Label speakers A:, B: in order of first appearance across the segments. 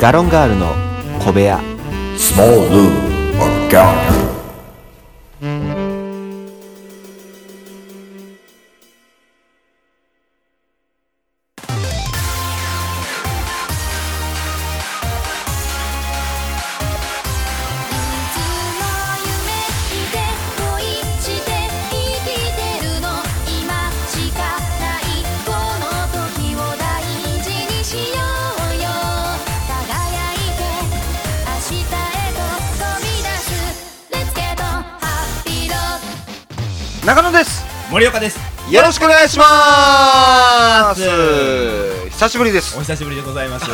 A: ガロンガールの小部屋
B: Small Lou O'Gallagher.
C: いつも夢見て恋して生きてるの今しかないこの時を大事にしようよ輝いて明日へと飛び出す Let's get on happy road
D: 中野です
E: 森岡です
D: よろしくお願いします久しぶりで
E: お
D: す
E: 久しぶりでございます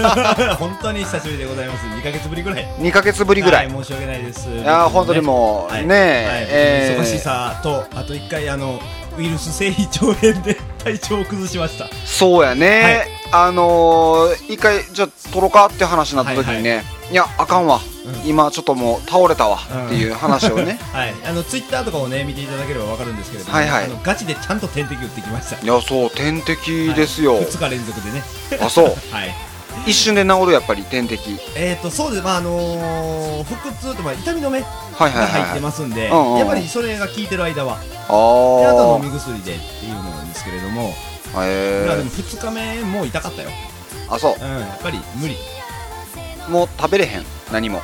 E: 本当に久しぶりでございます2ヶ月ぶりぐらい
D: 2ヶ月ぶりぐらい、
E: はい申し訳ないですい
D: やー本当にもうねええー
E: 忙しさとあと1回あのウイルス性胃腸炎で体調を崩しました
D: そうやね、あのー、一回じゃあ撮ろうかって話になった時にね、いやあかんわ、
E: うん
D: 今ちょっともう倒れたわっていう話を ね、
E: はいあのツイッターとかをね見ていただければわかるんですけれども、
D: はいはい
E: あのガチでちゃんと点滴打ってきました
D: いやそう点滴ですよ、
E: 2日連続でね
D: あそう
E: はい
D: 一瞬で治るやっぱり点滴
E: えー、とそうです、まああのー腹痛と、まあ、痛み止めが
D: はいはいはい
E: 入ってますんで、
D: うんうんうん
E: やっぱりそれが効いてる間は
D: あ
E: であと
D: あ
E: 飲み薬でっていうのなんですけれども、
D: へ
E: まあで
D: え
E: も2日目もう痛かったよ、
D: あそう
E: うん、やっぱり無理
D: もう食べれへん何も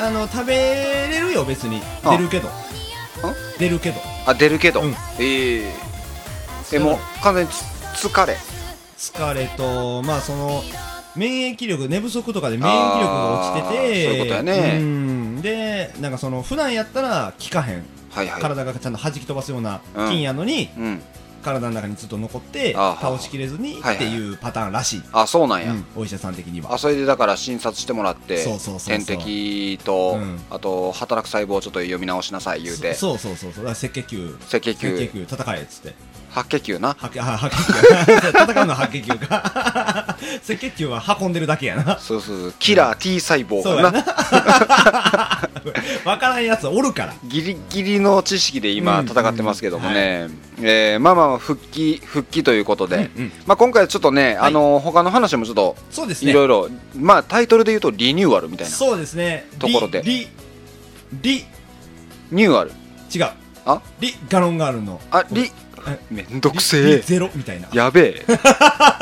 E: あの食べれるよ別に
D: あ
E: 出るけど出るけど
D: あ出るけど、
E: うん
D: えええもう完全につ疲れ
E: 疲れとまあその免疫力寝不足とかで免疫力が落ちてて
D: あーそういうことやね
E: うんでなんかその普段やったら効かへん
D: はいはい
E: 体がちゃんと弾き飛ばすような
D: うん
E: 菌やのに、
D: うん
E: 体の中にずっと残って
D: あー
E: 倒しきれずに
D: はいはい
E: っていうパターンらしい、
D: あそうなんや、
E: うんお医者さん的には
D: あそれでだから診察してもらって
E: そうそうそうそう
D: 点滴と、
E: うん
D: あと働く細胞をちょっと読み直しなさい言うて
E: そそうそうそうそうだから赤血球
D: 赤血
E: 赤
D: 球
E: 血球戦えっつって
D: 白血球な
E: はけ、あ、白血球。 戦うのは白血球か。 赤血球は運んでるだけやな。
D: そうそうそうキラー T 細胞
E: そう
D: が
E: や
D: な
E: な。 わからんやつおるから。
D: ギリギリの知識で今
E: うん
D: 戦ってますけどもね、えーまあまあ復帰復帰ということで、
E: うんうん
D: まあ、今回ちょっとね、
E: はい
D: あの他の話もちょっと
E: そうですね。
D: いろいろ、まあタイトルで言うとリニューアルみたいな
E: そうですね。
D: ところで
E: リ、リ、
D: ニューアル
E: リ違う。
D: あ
E: リ、ガロンガールの。
D: あリ
E: え
D: めんどく
E: リ
D: せえ
E: ゼロみたいな。
D: やべえ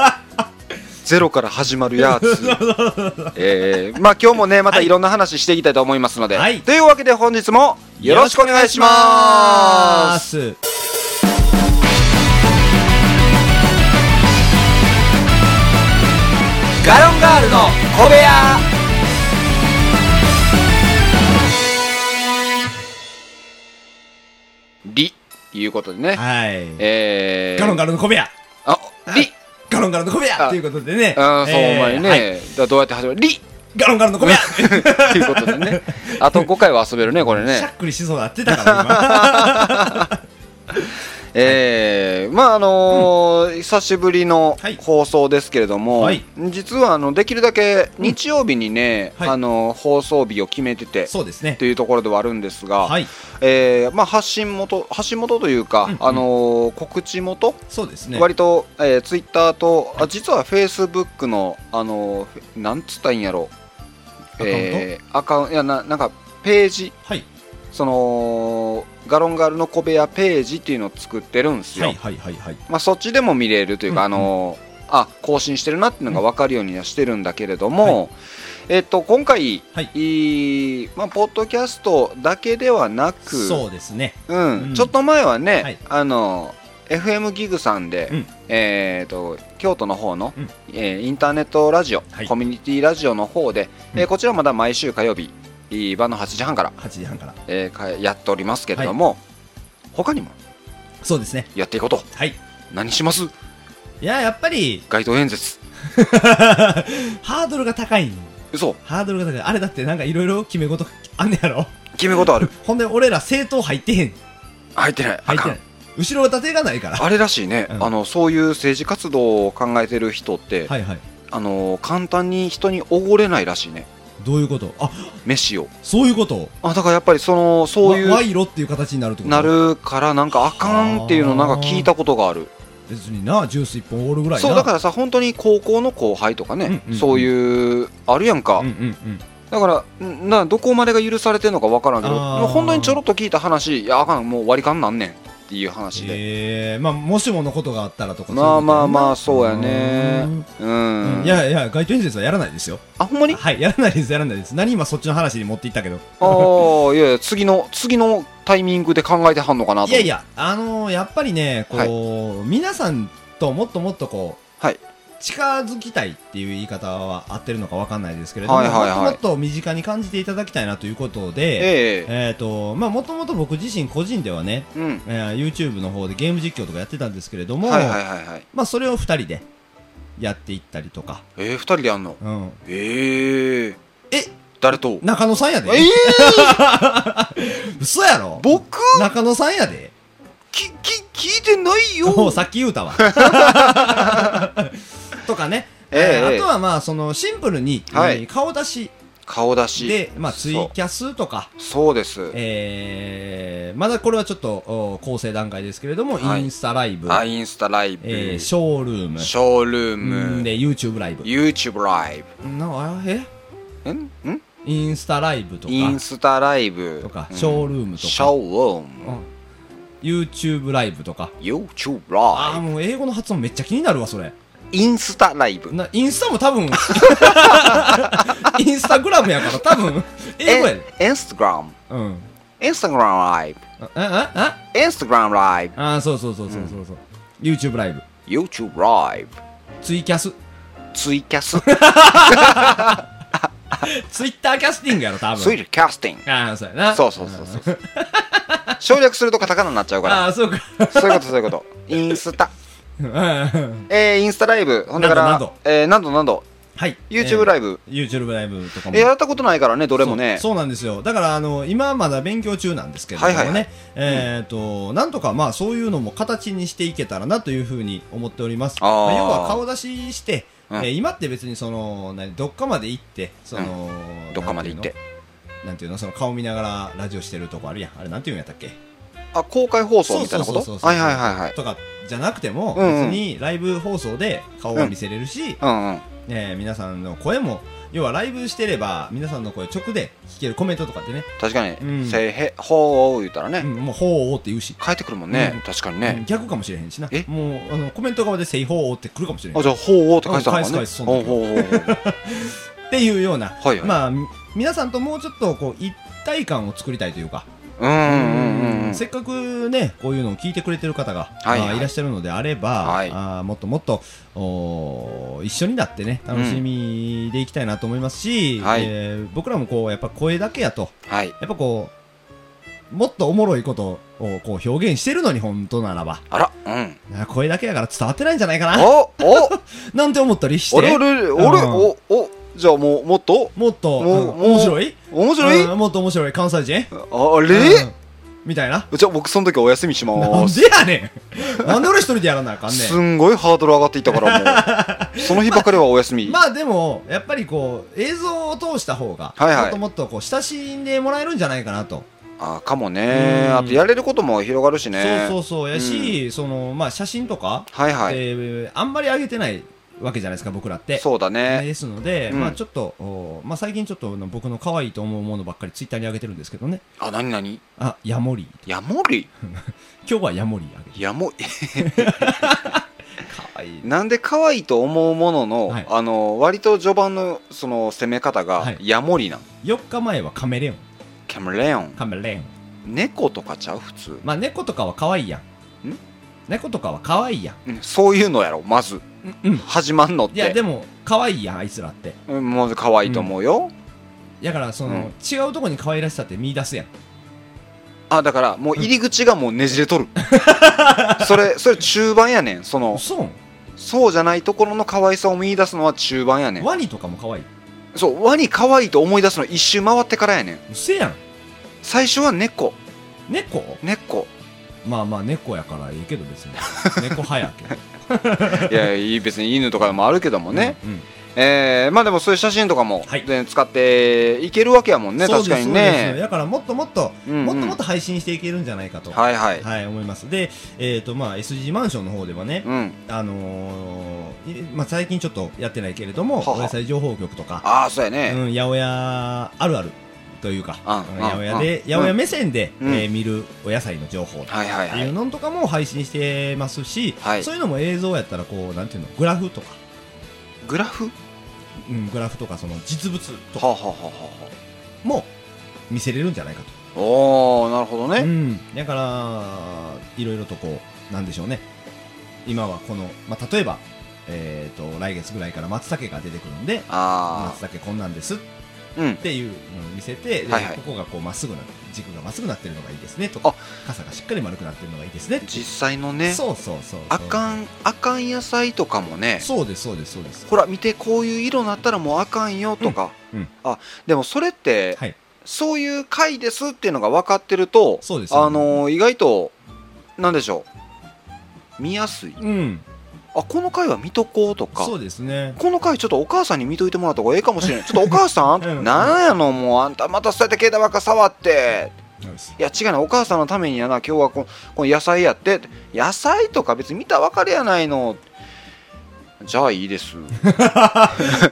D: ゼロから始まるや つえー、まあ今日もねまたいろんな話していきたいと思いますので、
E: はい
D: というわけで本日もよろしくお願いします
E: す。
D: ガロンガールの小部屋りいうことでね、
E: はい。
D: えー、
E: ガロンガールの小部屋。
D: あり
E: ガロンガールの小部
D: あ
E: 屋ということでね。
D: あーそう、
E: えー
D: お前ね、
E: はい
D: だからどうやって始まる り
E: ガロンガールの小部屋。
D: っていうことでね。あと5回は遊べるね、これ
E: しゃ
D: ね。
E: っくりしそうだってたから今。
D: えー、まああのー久しぶりの
E: はい
D: 放送ですけれども、
E: はい
D: 実はあのできるだけ日曜日にね、
E: うんはい
D: あのー放送日を決めてて、
E: そうですね
D: と。いうところではあるんですが、
E: はい。
D: えーまあ、発信元発信元というか、
E: うんうん
D: あのー告知元、
E: そうですね。
D: 割と、えー、ツイッターとあ実はフェイスブックの、あのーフェなんつったらいいんやろ
E: カウント
D: えーアカウントいやななんかページ
E: はい。
D: そのガロンガールの小部屋ページっていうのを作ってるんですよ、
E: はいはいはいはい。
D: まあ、そっちでも見れるというか、
E: うんうん
D: あのーあ更新してるなっていうのが分かるようにはしてるんだけれども、えっと今回、
E: はい
D: いいまあ、ポッドキャストだけではなく
E: そうですね。
D: うん
E: うん
D: ちょっと前はね、
E: はい
D: あの FM ギグさんで、
E: うん
D: えー、と京都の方の、
E: うん
D: えーインターネットラジオ、
E: はい
D: コミュニティラジオの方で、
E: うん
D: えーこちらまだ毎週火曜日いい晩の8時半から、
E: 8時半から。
D: えーかやっておりますけれども、他にも
E: そうですね。
D: やっていこうと
E: はい。
D: 何します、
E: いや、やっぱり
D: 街頭演説
E: ハードルが高いん
D: 嘘
E: ハードルが高い。あれだってなんかいろいろ決め事あんねやろ。
D: 決め事ある
E: ほんで俺ら政党入ってへん。
D: 入ってない
E: 入って
D: あか
E: なんい。後ろ盾がないから。
D: あれらしいね、
E: うん
D: あのそういう政治活動を考えてる人って、
E: はいはい。
D: あの簡単に人におごれないらしいね
E: どういうことあ、
D: 飯を
E: そういうこと
D: あだからやっぱりそのそういう
E: わ賄賂っていう形になるってこと
D: な。るからなんかあかんっていうのなんか聞いたことがある
E: 別にな、ジュース一本おるぐらいな。
D: そうだからさ本当に高校の後輩とかね、
E: うんうんうん
D: そういうあるやんか、
E: うんうんうん
D: だからんなどこまでが許されてるのか分からんけど
E: あー
D: もうほんのにちょろっと聞いた話いやあかんもう割り勘なんねんっていう話で、
E: ええまあもしものことがあったらとか
D: まあまあまあ
E: そ
D: そうう
E: いう
D: や
E: ことや
D: ねうん、
E: なうんいやいや街頭演説はやらないですよ
D: あほんまに
E: はいやらないですやらないです何今そっちの話に持っていったけど
D: ああ、いやいや、次の、次のタイミングで考えてはんのかなと。
E: いやいやあのーやっぱりねこう、皆さんともっともっとこう
D: はい
E: 近づきたいっていう言い方は合ってるのかわかんないですけれども、
D: はいはいはい
E: もっともっと身近に感じていただきたいなということで、
D: ええ
E: えっ、と、まあ、もともと僕自身個人ではね、
D: うん。
E: えー YouTube の方でゲーム実況とかやってたんですけれども、
D: はいはいはいはい。
E: まあ、それを二人でやっていったりとか、
D: ええ二人でやんの
E: うん、
D: ええ
E: え
D: 誰と
E: 中野さんやで
D: ええ
E: 嘘やろ
D: 僕
E: 中野さんやで
D: き、き、聞いてないよ
E: もうさっき言う たわとかね、
D: ええ
E: あとはまあそのシンプルに、
D: はい
E: 顔出し
D: 顔出し。
E: で、まあ、ツイ
D: そ
E: キャスとか、
D: うそうです。
E: えーまだこれはちょっとお構成段階ですけれども、
D: はい
E: インスタライブ、
D: あ、インスタライブ、
E: えー
D: シ
E: ショールーム
D: ョールー
E: うん
D: ム、
E: で YouTube ライブ
D: YouTube ライ
E: なあえ
D: ブ。んん
E: インスタライブとか
D: インスタライブ。
E: とか
D: うん
E: ショールームとか
D: ショールーム。
E: YouTube ライブとか
D: YouTube
E: ああ
D: ライ
E: もう英語の発音めっちゃ気になるわそれ
D: ブ。インスタライブ。
E: なインスタも多分インスタグラムやから多分英語やで
D: インスタグラム。
E: うん
D: インスタグラムライブ。
E: あああ
D: インスタグラムライブ、
E: ああそうそうそうそうそうそう、YouTube ライブ
D: YouTube ライブ、
E: ツイキャス
D: ツイキャス、
E: ツイッターキャスティングやろ多
D: ツ
E: 分
D: イキャスティング。
E: ああそうやな
D: そうそうそうそう。省略するとカタカナになっちゃうから。
E: ああそうか
D: そういうことそういうこと。インスタ、
E: うんは
D: えー、インスタライブ、ほんだから、
E: 何度
D: えー、何度何度、
E: い
D: YouTube ライブ、
E: えー YouTube ライブとかも
D: えー、やったことないからね、どれもね。
E: そうそうなんですよだからあの今まだ勉強中なんですけれどもね、
D: はいはいはい
E: えっ、となんとかまあそういうのも形にしていけたらなというふうに思っております
D: あー
E: ま要は顔出しして、
D: うん
E: えー今って別にその何どっかまで行ってその、
D: どっかまで行って。
E: なんていうのその顔見ながらラジオしてるとこあるやんあれなんていうんやったっけ
D: あ、公開放送みたいなこ
E: そうそうそう
D: と
E: そう
D: はいはいはいはい。
E: とかじゃなくても、
D: うんうん
E: 別にライブ放送で顔は見せれるし、
D: うんうん。
E: えー皆さんの声も要はライブしてれば皆さんの声直で聞けるコメントとかってね、
D: 確かに、
E: うん
D: せいへ、ほう言うたら
E: う
D: ね、
E: ん、もう「ほう」って言うし、
D: 帰ってくるもんね。
E: うん
D: 確かに
E: うん
D: ね。
E: 逆かもしれへんしな
D: え
E: もうあのコメント側で「せいほう」って来るかもしれへん
D: あ、
E: っ
D: じゃあ、ほうって書いてたのか
E: う
D: ね。
E: ん返す返すそんなの
D: ほうほうほうほう。
E: ていうような、
D: はいはい
E: まあみ皆さんともうちょっとこう一体感を作りたいというか、
D: うんうんうんうん。
E: せっかくねこういうのを聞いてくれてる方が、
D: はいはい
E: あーいらっしゃるのであれば、
D: はい
E: あーもっともっとおー一緒になってね楽しみでいきたいなと思いますし、
D: はい
E: えー僕らもこうやっぱ声だけやと
D: はい。
E: やっぱこうもっとおもろいことをこう表現してるのに本当ならば
D: あら、うん。
E: あー声だけやから伝わってないんじゃないかな
D: おお
E: なんて思ったりして
D: 俺俺俺、
E: うん
D: おおじゃあもうもっと
E: もっと
D: もう
E: うん
D: もう
E: 面白い
D: 面白い、
E: うんもっと面白い関西人
D: あ
E: う
D: れ、
E: んみたいな
D: じゃあ僕その時お休みしま
E: なん
D: ーす
E: でやね んなんで俺一人でやらなあかんねん
D: すんごいハードル上がっていったから もうその日ばかりはお休み、
E: まあでも、やっぱりこう、映像を通した方が、
D: はいはい
E: もっともっとこう、親しんでもらえるんじゃないかなと。
D: あかもね
E: うん
D: あとやれることも広がるしね
E: そうそうそう。やし、その、まあ写真とか、
D: はいはい、
E: えーあんまり上げてないわけじゃないですか、僕らって。
D: そうだね
E: ですので、
D: うん
E: まあちょっと、おまあ最近ちょっとあの僕の可愛いと思うものばっかりツイッターに上げてるんですけどね。
D: あなになに
E: あ、ヤモリ。
D: ヤモリ
E: 今日はヤモリ上げて
D: ヤモリ
E: 可愛い。
D: なんで可愛いと思うものの、
E: はい
D: あの割と序盤のその攻め方が、
E: はい
D: ヤモリなん
E: 4日前はカメレオン。
D: キャメレオン
E: カメレオン。
D: 猫とかちゃう普通、
E: まあ猫とかは可愛いやん。
D: ん
E: 猫とかは可愛いやん。
D: うんそういうのやろまず
E: うん。
D: 始まんのって
E: いや、でも、可愛いやん、あいつらって。
D: うんもう可愛いと思うよ、
E: だからその、違うとこに可愛らしさって見出すやん
D: あだからもう入り口がもうねじれ とる、それそれ中盤やねんその
E: そう
D: そうじゃないところの可愛さを見出すのは中盤やねん
E: ワニとかも可愛い
D: そうワニ可愛いと思い出すの一周回ってからやねん
E: うせやん
D: 最初は猫
E: 猫
D: 猫
E: まあまあ猫やからいいけど 別に猫派やけど
D: いやいい別に犬とかもあるけどもね、、
E: うんうん
D: えー、まあでもそういう写真とかも、
E: はい
D: で使っていけるわけやもんね
E: そうです
D: 確かに
E: そうです
D: ね
E: だからもっともっと、
D: うんうん
E: もっともっと配信していけるんじゃないかと
D: はいはい、
E: 思いますでえっ、とまあ SG マンションの方ではね、
D: うん
E: あのーいまあ、最近ちょっとやってないけれども
D: はは
E: お野菜情報局とか、
D: ああ、そうや
E: う
D: ね。
E: ん、八百屋あるあるというか、
D: うん
E: うん八百屋で
D: うん
E: 八百屋目線で、
D: うん
E: えー見るお野菜の情報
D: はいはい
E: って
D: はいい。
E: うのとかも配信してますし、
D: はい
E: そういうのも映像やったらこうなんていうのグラフとか、
D: グラフ
E: うん、グラフとかその実物と
D: はあ、
E: か
D: はあはあは
E: も見せれるんじゃないか
D: あ、おー、なるほど
E: と、う
D: ね。
E: ん、だからいろいろとこうなんでしょうね今はこの、まあ、例えば、えー、と来月ぐらいから松茸が出てくるんで
D: あ
E: 松茸こんなんですっ
D: あ、うん。
E: ていうのを見せて、で
D: はいはい
E: ここがこうまっすぐな軸がまっすぐなってるのがいいですねと
D: あ
E: か傘がしっかり丸くなってるのがいいですね
D: 実際のね、
E: そうそうそうそう
D: あかん、あかん野菜とかもね、
E: そうですそうですそうです
D: ほら見てこういう色になったらもうあかんよとか、
E: うんうん
D: あでもそれって、
E: はい
D: そういう回ですっていうのが分かってると
E: そうです
D: あのー意外となんでしょう見やすい
E: うん
D: あこの回は見とこうとか
E: そうですね
D: この回ちょっとお母さんに見といてもらった方がええかもしれないちょっとお母さ
E: うんん
D: なんやのもうあんたまたそうやって携帯ばっか触っていや違うなお母さんのためにやな今日はここの野菜やって野菜とか別に見たら分かるやないのじゃあいい です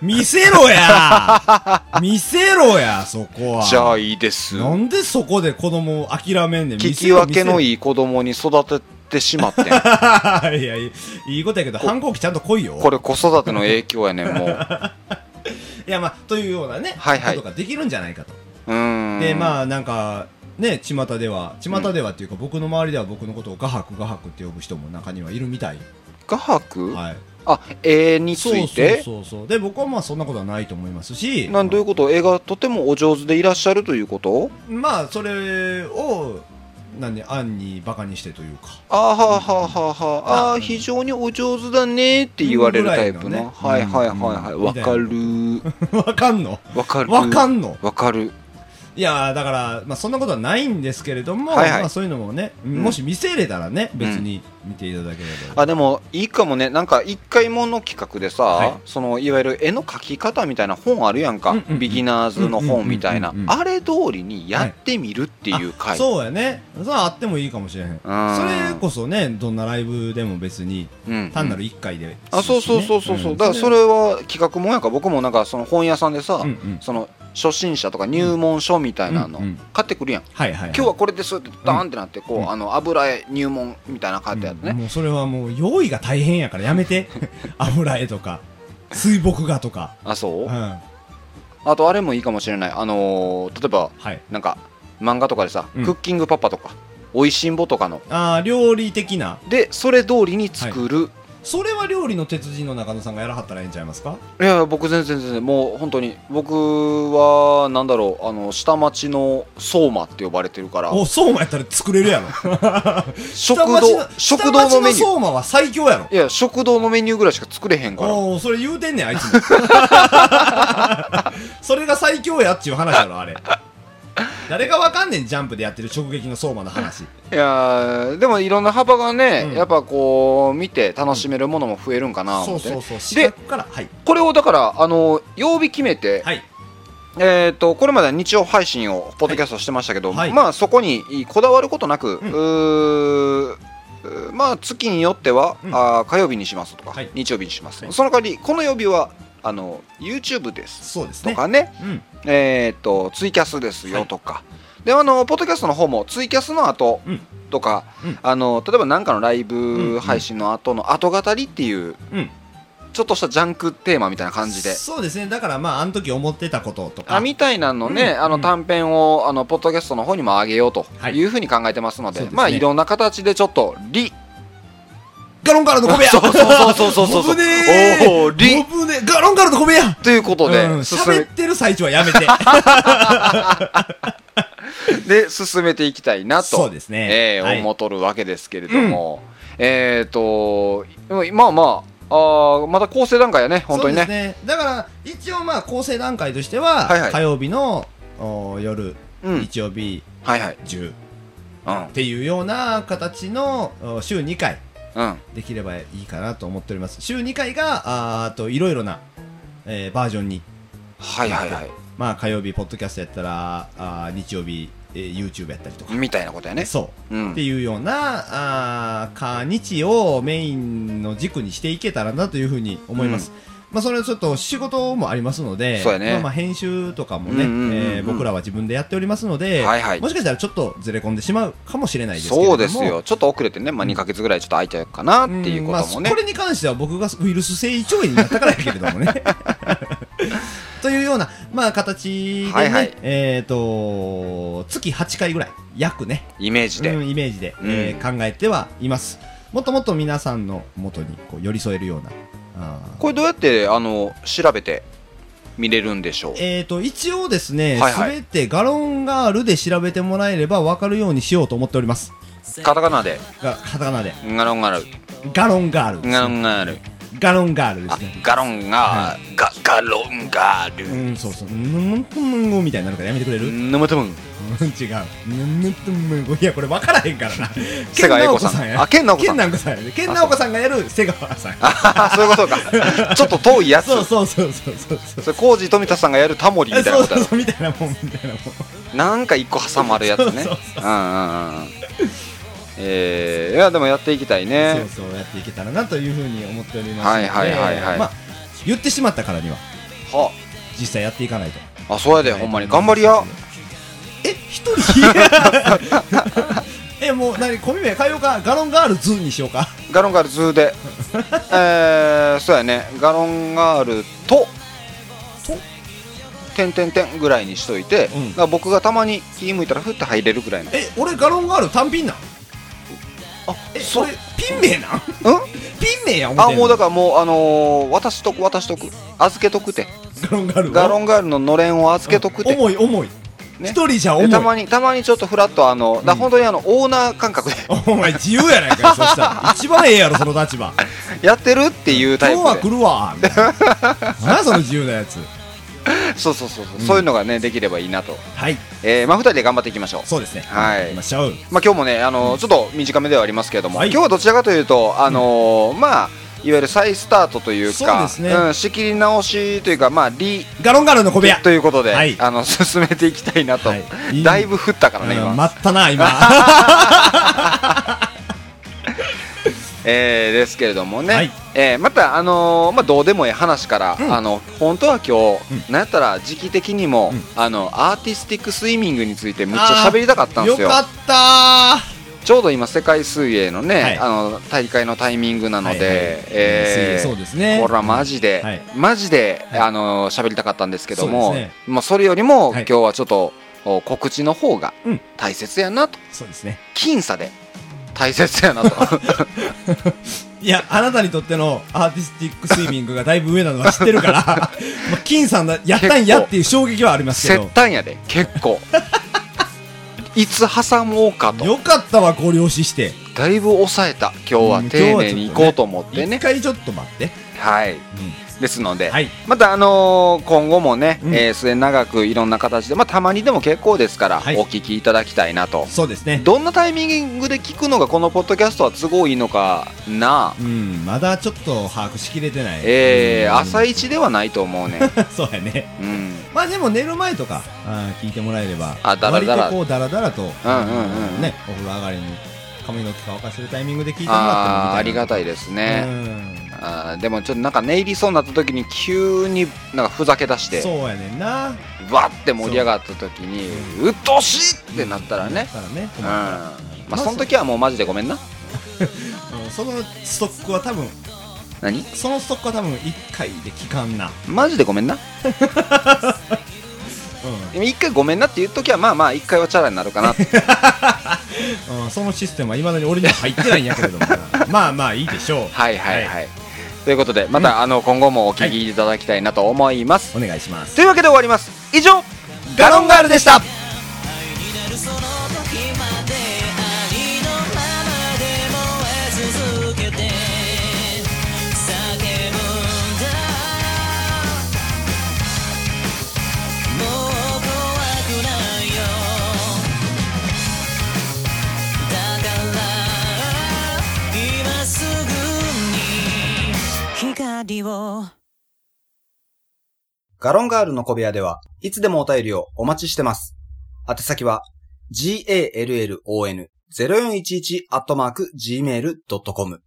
E: 見せろや 見せろやそこは
D: じゃあいいです
E: なんでそこで子供を諦めんねん
D: 聞き分けの
E: いい
D: いい子供に育ててしまってん
E: いやいいいいことやけど反抗期ちゃんと来いよ
D: これ子育ての影響やねんもう う
E: いやまあというようなね、
D: はいはい
E: ことができるんじゃないかと
D: ーん
E: で
D: あ
E: まあなんかね巷では巷ではっていうか、僕の周りでは僕のことを画伯画伯って呼ぶ人も中にはいるみたい、
D: 画伯、
E: はい、
D: あ絵について
E: そうそうそうそうで僕はまあそんなことはないと思いますし
D: なんどういうこと絵がとてもお上手でいらっしゃるということ
E: まあそれを何ね案にバカにしてというか
D: あははははあ
E: あ
D: あー非常にお上手だねって言われるタイプ
E: ぐらい
D: の
E: のね
D: はいはいはいはい
E: うん
D: わかる
E: わかんの
D: わかる
E: わかんの
D: わかる
E: いやーだから、まあ、そんなことはないんですけれども、
D: はいはい
E: まあ、そういうのもね、
D: ん
E: もし見せれたらね別に見ていただければ、
D: あでもいいかもねなんか一回もの企画でさ、
E: はい
D: そのいわゆる絵の描き方みたいな本あるやんか、
E: うんうんうん
D: ビギナーズの本みたいな、
E: うんうんうんうん
D: あれ通りにやってみるっていう
E: あ
D: 回、
E: そうやねそれはあってもいいかもしれへんそ
D: ん
E: れこそねどんなライブでも別に
D: うん
E: 単なる1回で、
D: あそうそうそうそうそう、だからそれは企画もんやから僕もなんかその本屋さんでさ、
E: はうんうん
D: その初心者とか入門書みたいなの
E: うんうん
D: 買ってくるやん、
E: はいはい、はい、
D: 今日はこれですってダーンってなってこう、
E: うん
D: あの油絵入門みたいな書いてあってね、
E: うんもうそれはもう用意が大変やからやめて 油絵とか水墨画とか、、
D: あそううん
E: は
D: あとあれもいいかもしれないあのー例えば
E: い
D: なんか漫画とかでさ、
E: うん
D: クッキングパパとか「おいしんぼ」とかの
E: あー料理的な
D: でそれ通りに作る、
E: それは料理の鉄人の中野さんがやらはったらええんちゃいますか
D: い、やいや僕全然全然もう本当に僕はなんだろうあの下町の相馬って呼ばれてるから
E: おそうまやったら作れるやろ
D: 食堂食堂のメニュ
E: そうまは最強やろ
D: ーいや食堂のメニューぐらいしか作れへんから
E: おおそれ言うてんねんあいつも それが最強やっちゅう話やろあれ誰がわかんねんジャンプでやってる直撃の相馬の話
D: いやーでもいろんな幅がね、
E: うん
D: やっぱこう見て楽しめるものも増えるんかな
E: そ
D: 思
E: う
D: ってね、
E: そうそう四角からはい
D: これをだからあの曜日決めて、
E: はい
D: えー、とこれまでは日曜配信をポッドキャストしてましたけど、
E: はい
D: まあ、そこにこだわることなく、
E: う
D: うーまあ、月によっては、
E: うん
D: あー火曜日にしますとか、
E: はい
D: 日曜日にします、
E: はい
D: その代わりこの曜日はあの YouTube です
E: そうです
D: と
E: ね
D: かね
E: うん
D: えー、とツイキャスです
E: は
D: よ
E: い
D: とか、であのポッドキャストの方もツイキャスの後
E: うん
D: とか、
E: うん
D: あの例えば何かのライ
E: んう
D: ブ
E: ん
D: 配信の後の後語りっていう、
E: うん
D: ちょっとしたジャンクテーマみたいな感じで
E: そうですねだからまああの時思ってたこととか
D: あみたいなのね、
E: うん
D: あ
E: う
D: の
E: ん
D: 短編をあのポッドキャストの方にも上げようと
E: はい
D: いうふうに考えてますので,、
E: そうですね
D: まあいろんな形でちょっとリ
E: ガロンガールの米や
D: そうそうそうそうそうそう
E: 危ねえ
D: おーり
E: 危ねえガロンガールの米や
D: ということ
E: うん
D: で進
E: 喋
D: め
E: ってる最中はや めて
D: で進めていきたいなと
E: そうですね
D: えー
E: はい
D: 思っとるわけですけれども、えっ、とでもまあまああーまた構成段階やね本当に
E: そう
D: ね
E: ですねだから一応まあ構成段階としては、
D: はいはい
E: 火曜日のお夜、
D: うん
E: 日曜日
D: はいはい
E: 10
D: う
E: っていうような形のお週2回
D: んうん
E: できればいいかなと思っております週2回があーあといろいろな、えーバージョンに
D: はいはいはい
E: まあ火曜日ポッドキャストやったらあー日曜日えー YouTube やったりとか、
D: みたいなことやね。
E: そう、
D: うん
E: っていうようなあーか日をメインの軸にしていけたらなというふうに思います、まあ、それはちょっと仕事もありますので、
D: そうやね
E: まあ、まあ編集とかもね、
D: うんうんうんうん
E: えー僕らは自分でやっておりますので、
D: はいはい
E: もしかしたらちょっとずれ込んでしまうかもしれないですけれど
D: そ
E: も
D: うですよ。ちょっと遅れてね、まあ、2ヶ月ぐらいちょっと空いちゃうかなっていうことも
E: うん
D: ね
E: まあ、こ。れに関しては僕がウイルス性胃腸炎になったからやけれ どもね。というような、まあ、形でね、
D: はいはい
E: えっ、と、月8回ぐらい、約ね、
D: イメージで。
E: うんイメージで、
D: うん
E: えー考えてはいます。もっともっと皆さんの元にこう寄り添えるような。あー
D: これどうやって、あの、調べて見れるんでしょう。
E: えー、と一応ですね、すべ、
D: はいはい
E: てガロンガールで調べてもらえれば分かるようにしようと思っております。
D: カタカナで、
E: がカタカナで。
D: ガロンガール。
E: ガロンガールです
D: ガロ
E: ね、
D: ンガール。
E: ガロンガールで
D: あ
E: すね。
D: ガロンガー、ガ、ガロンガー
E: う
D: ル。
E: ん、そうそう。ぬんとむんごみたいになるからやめてくれる
D: 生たもん。
E: うん違う。ぬぬとむごいや、これ分からへんからな。
D: 瀬川栄子さん
E: や。
D: あ健直子さん
E: 健直子さんやね。健直子さんがやる瀬川さん。
D: あははそういうことか。ちょっと遠いやつ。
E: そうそうそうそうそうそう。
D: それ、コージ富田さんがやるタモリみたいな
E: そう
D: こと
E: そう
D: だ
E: そうみたいなもんみたいなもん。
D: なんか一個挟まるやつね。うんうんうん
E: そう
D: うん。えー、いや、でもやっていきたいね。
E: そうそうやっていけたらなというふうに思っておりますの
D: は
E: で。
D: いはいはいはい
E: まあ言ってしまったからには
D: は
E: 実際やっていかないと。
D: あ、そうやで、ほんまに。頑張りや。
E: え一 人？ えもう何コミ名変えようかガロンガールズにしようか。
D: ガロンガールズ で。えー、そうやね。ガロンガールと、
E: と
D: てんてんてんぐらいにしといて、
E: うん
D: だから僕がたまに気向いたらふって入れるぐらいの。
E: え俺ガロンガール単品なん？
D: あ、
E: え
D: そ
E: そうれ。ピン名なん？
D: うん
E: ピン名や思てんの
D: あ、もうだからもう、あのー、渡しとく、渡しとく。預けとくて。
E: ガロンガールを
D: ガロンガールののれんを預けとくて。
E: 重い重い一、
D: ね
E: 人じゃ重
D: で
E: い
D: たまに、たまにちょっとフラッと、あの、だから本当にあの、オーナー感覚で。
E: お前自由やないかよそしたら一番ええやろその立場
D: やってるっていう
E: 今
D: タイ
E: 日は
D: プで
E: 来 るわみたいな何やその自由なやつ
D: そうそうそうそう、そういうのがねできればいいなと、
E: はい
D: えーまあ、2人で頑張っていきましょう
E: そうですね
D: はい
E: 行きましょう
D: まあ、今日もね、あのちょっと短めではありますけれども、
E: はい
D: 今日はどちらかというと、あのーまあ、いわゆる再スタートという
E: そう
D: か
E: ですね
D: ん、仕切り直しというか、まあ、リ
E: ガロンガールの小部屋
D: ということで、
E: はい
D: あの 進めていきたいなと、
E: はいいい
D: だいぶ降ったからね、
E: う
D: 今、
E: ん待っ たな今は
D: えーですけれどもね、
E: はい
D: えーまた、あのーまあ、どうでもいい話から、あの本当は今日、なんやったら時期的にも、あのアーティスティックスイミングについて、むっちゃ喋りたかったんですよ。
E: かった
D: ちょうど今、世界水泳のね、
E: はい
D: あの大会のタイミングなので、
E: はいはい
D: えー
E: 水泳そうですね
D: これはマジで、
E: はい
D: マジで、
E: はい
D: あの喋りたかったんですけども、
E: そうです
D: まあ、それよりも、
E: はい
D: 今日はちょっとお告知の方が
E: うん
D: 大切やなと、
E: そうですね
D: 僅差で大切やな と、
E: いやあなたにとってのアーティスティックスイミングがだいぶ上なのは知ってるからま あ金さんだやったんやっていう衝撃はありますけ
D: 接
E: ど
D: 待やで、結 構。いつ挟もうかと
E: よかったわご了承して
D: だいぶ抑えた今日は丁寧に行こうと思ってね
E: 一回ちょっと待って
D: はい、
E: う
D: ですので、
E: はい
D: また、あのー今後もね、
E: うん
D: えー末永くいろんな形で、まあ、たまにでも結構ですから、
E: はい
D: お聞きいただきたいなと
E: そうですね
D: どんなタイミングで聞くのがこのポッドキャストは都合いいのかな
E: うん、まだちょっと把握しきれてない。
D: えー、朝
E: い。
D: 一ではないと思うね、
E: そうやね。
D: うん、
E: まあでも寝る前とか、あー聞いてもらえれば、
D: あだらだら
E: 割とこう、だらだらと、
D: うんうん
E: ね、お風呂上がりに髪の毛乾かしてるタイミングで聞いてもらって
D: あ
E: も
D: ーありがた
E: い
D: いです
E: な
D: ね、あーでもちょっとなんか寝入りそうになった時に急になんかふざけ出し
E: うん。そう
D: て
E: やねんな。
D: わって盛り上がった時にうっとうしいってなったらね、
E: だからね、
D: うん
E: 困る
D: まあ、その時はもうマジでごめんな
E: うんそのストックは多分、
D: 何
E: そのストックは多分1回で聞かんな。
D: マジでごめん な
E: う
D: でも一回ごめんなって言うときはまあまあ一回はチャラになるかな
E: ん。うんそのシステムはいまだに俺には入ってないんやけれどもな、まあまあいいでしょう。
D: はいはいはい、ということでまたあの今後もお聞きいただきたいなと思います、
E: お願いします。
D: というわけで終わります以上ガロンガールでした
F: 今すぐに光を
G: ガロンガールの小部屋では、いつでもお便りをお待ちしてます。宛先は、
D: gallon0411-gmail.com。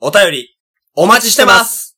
D: お便り、お待ちしてます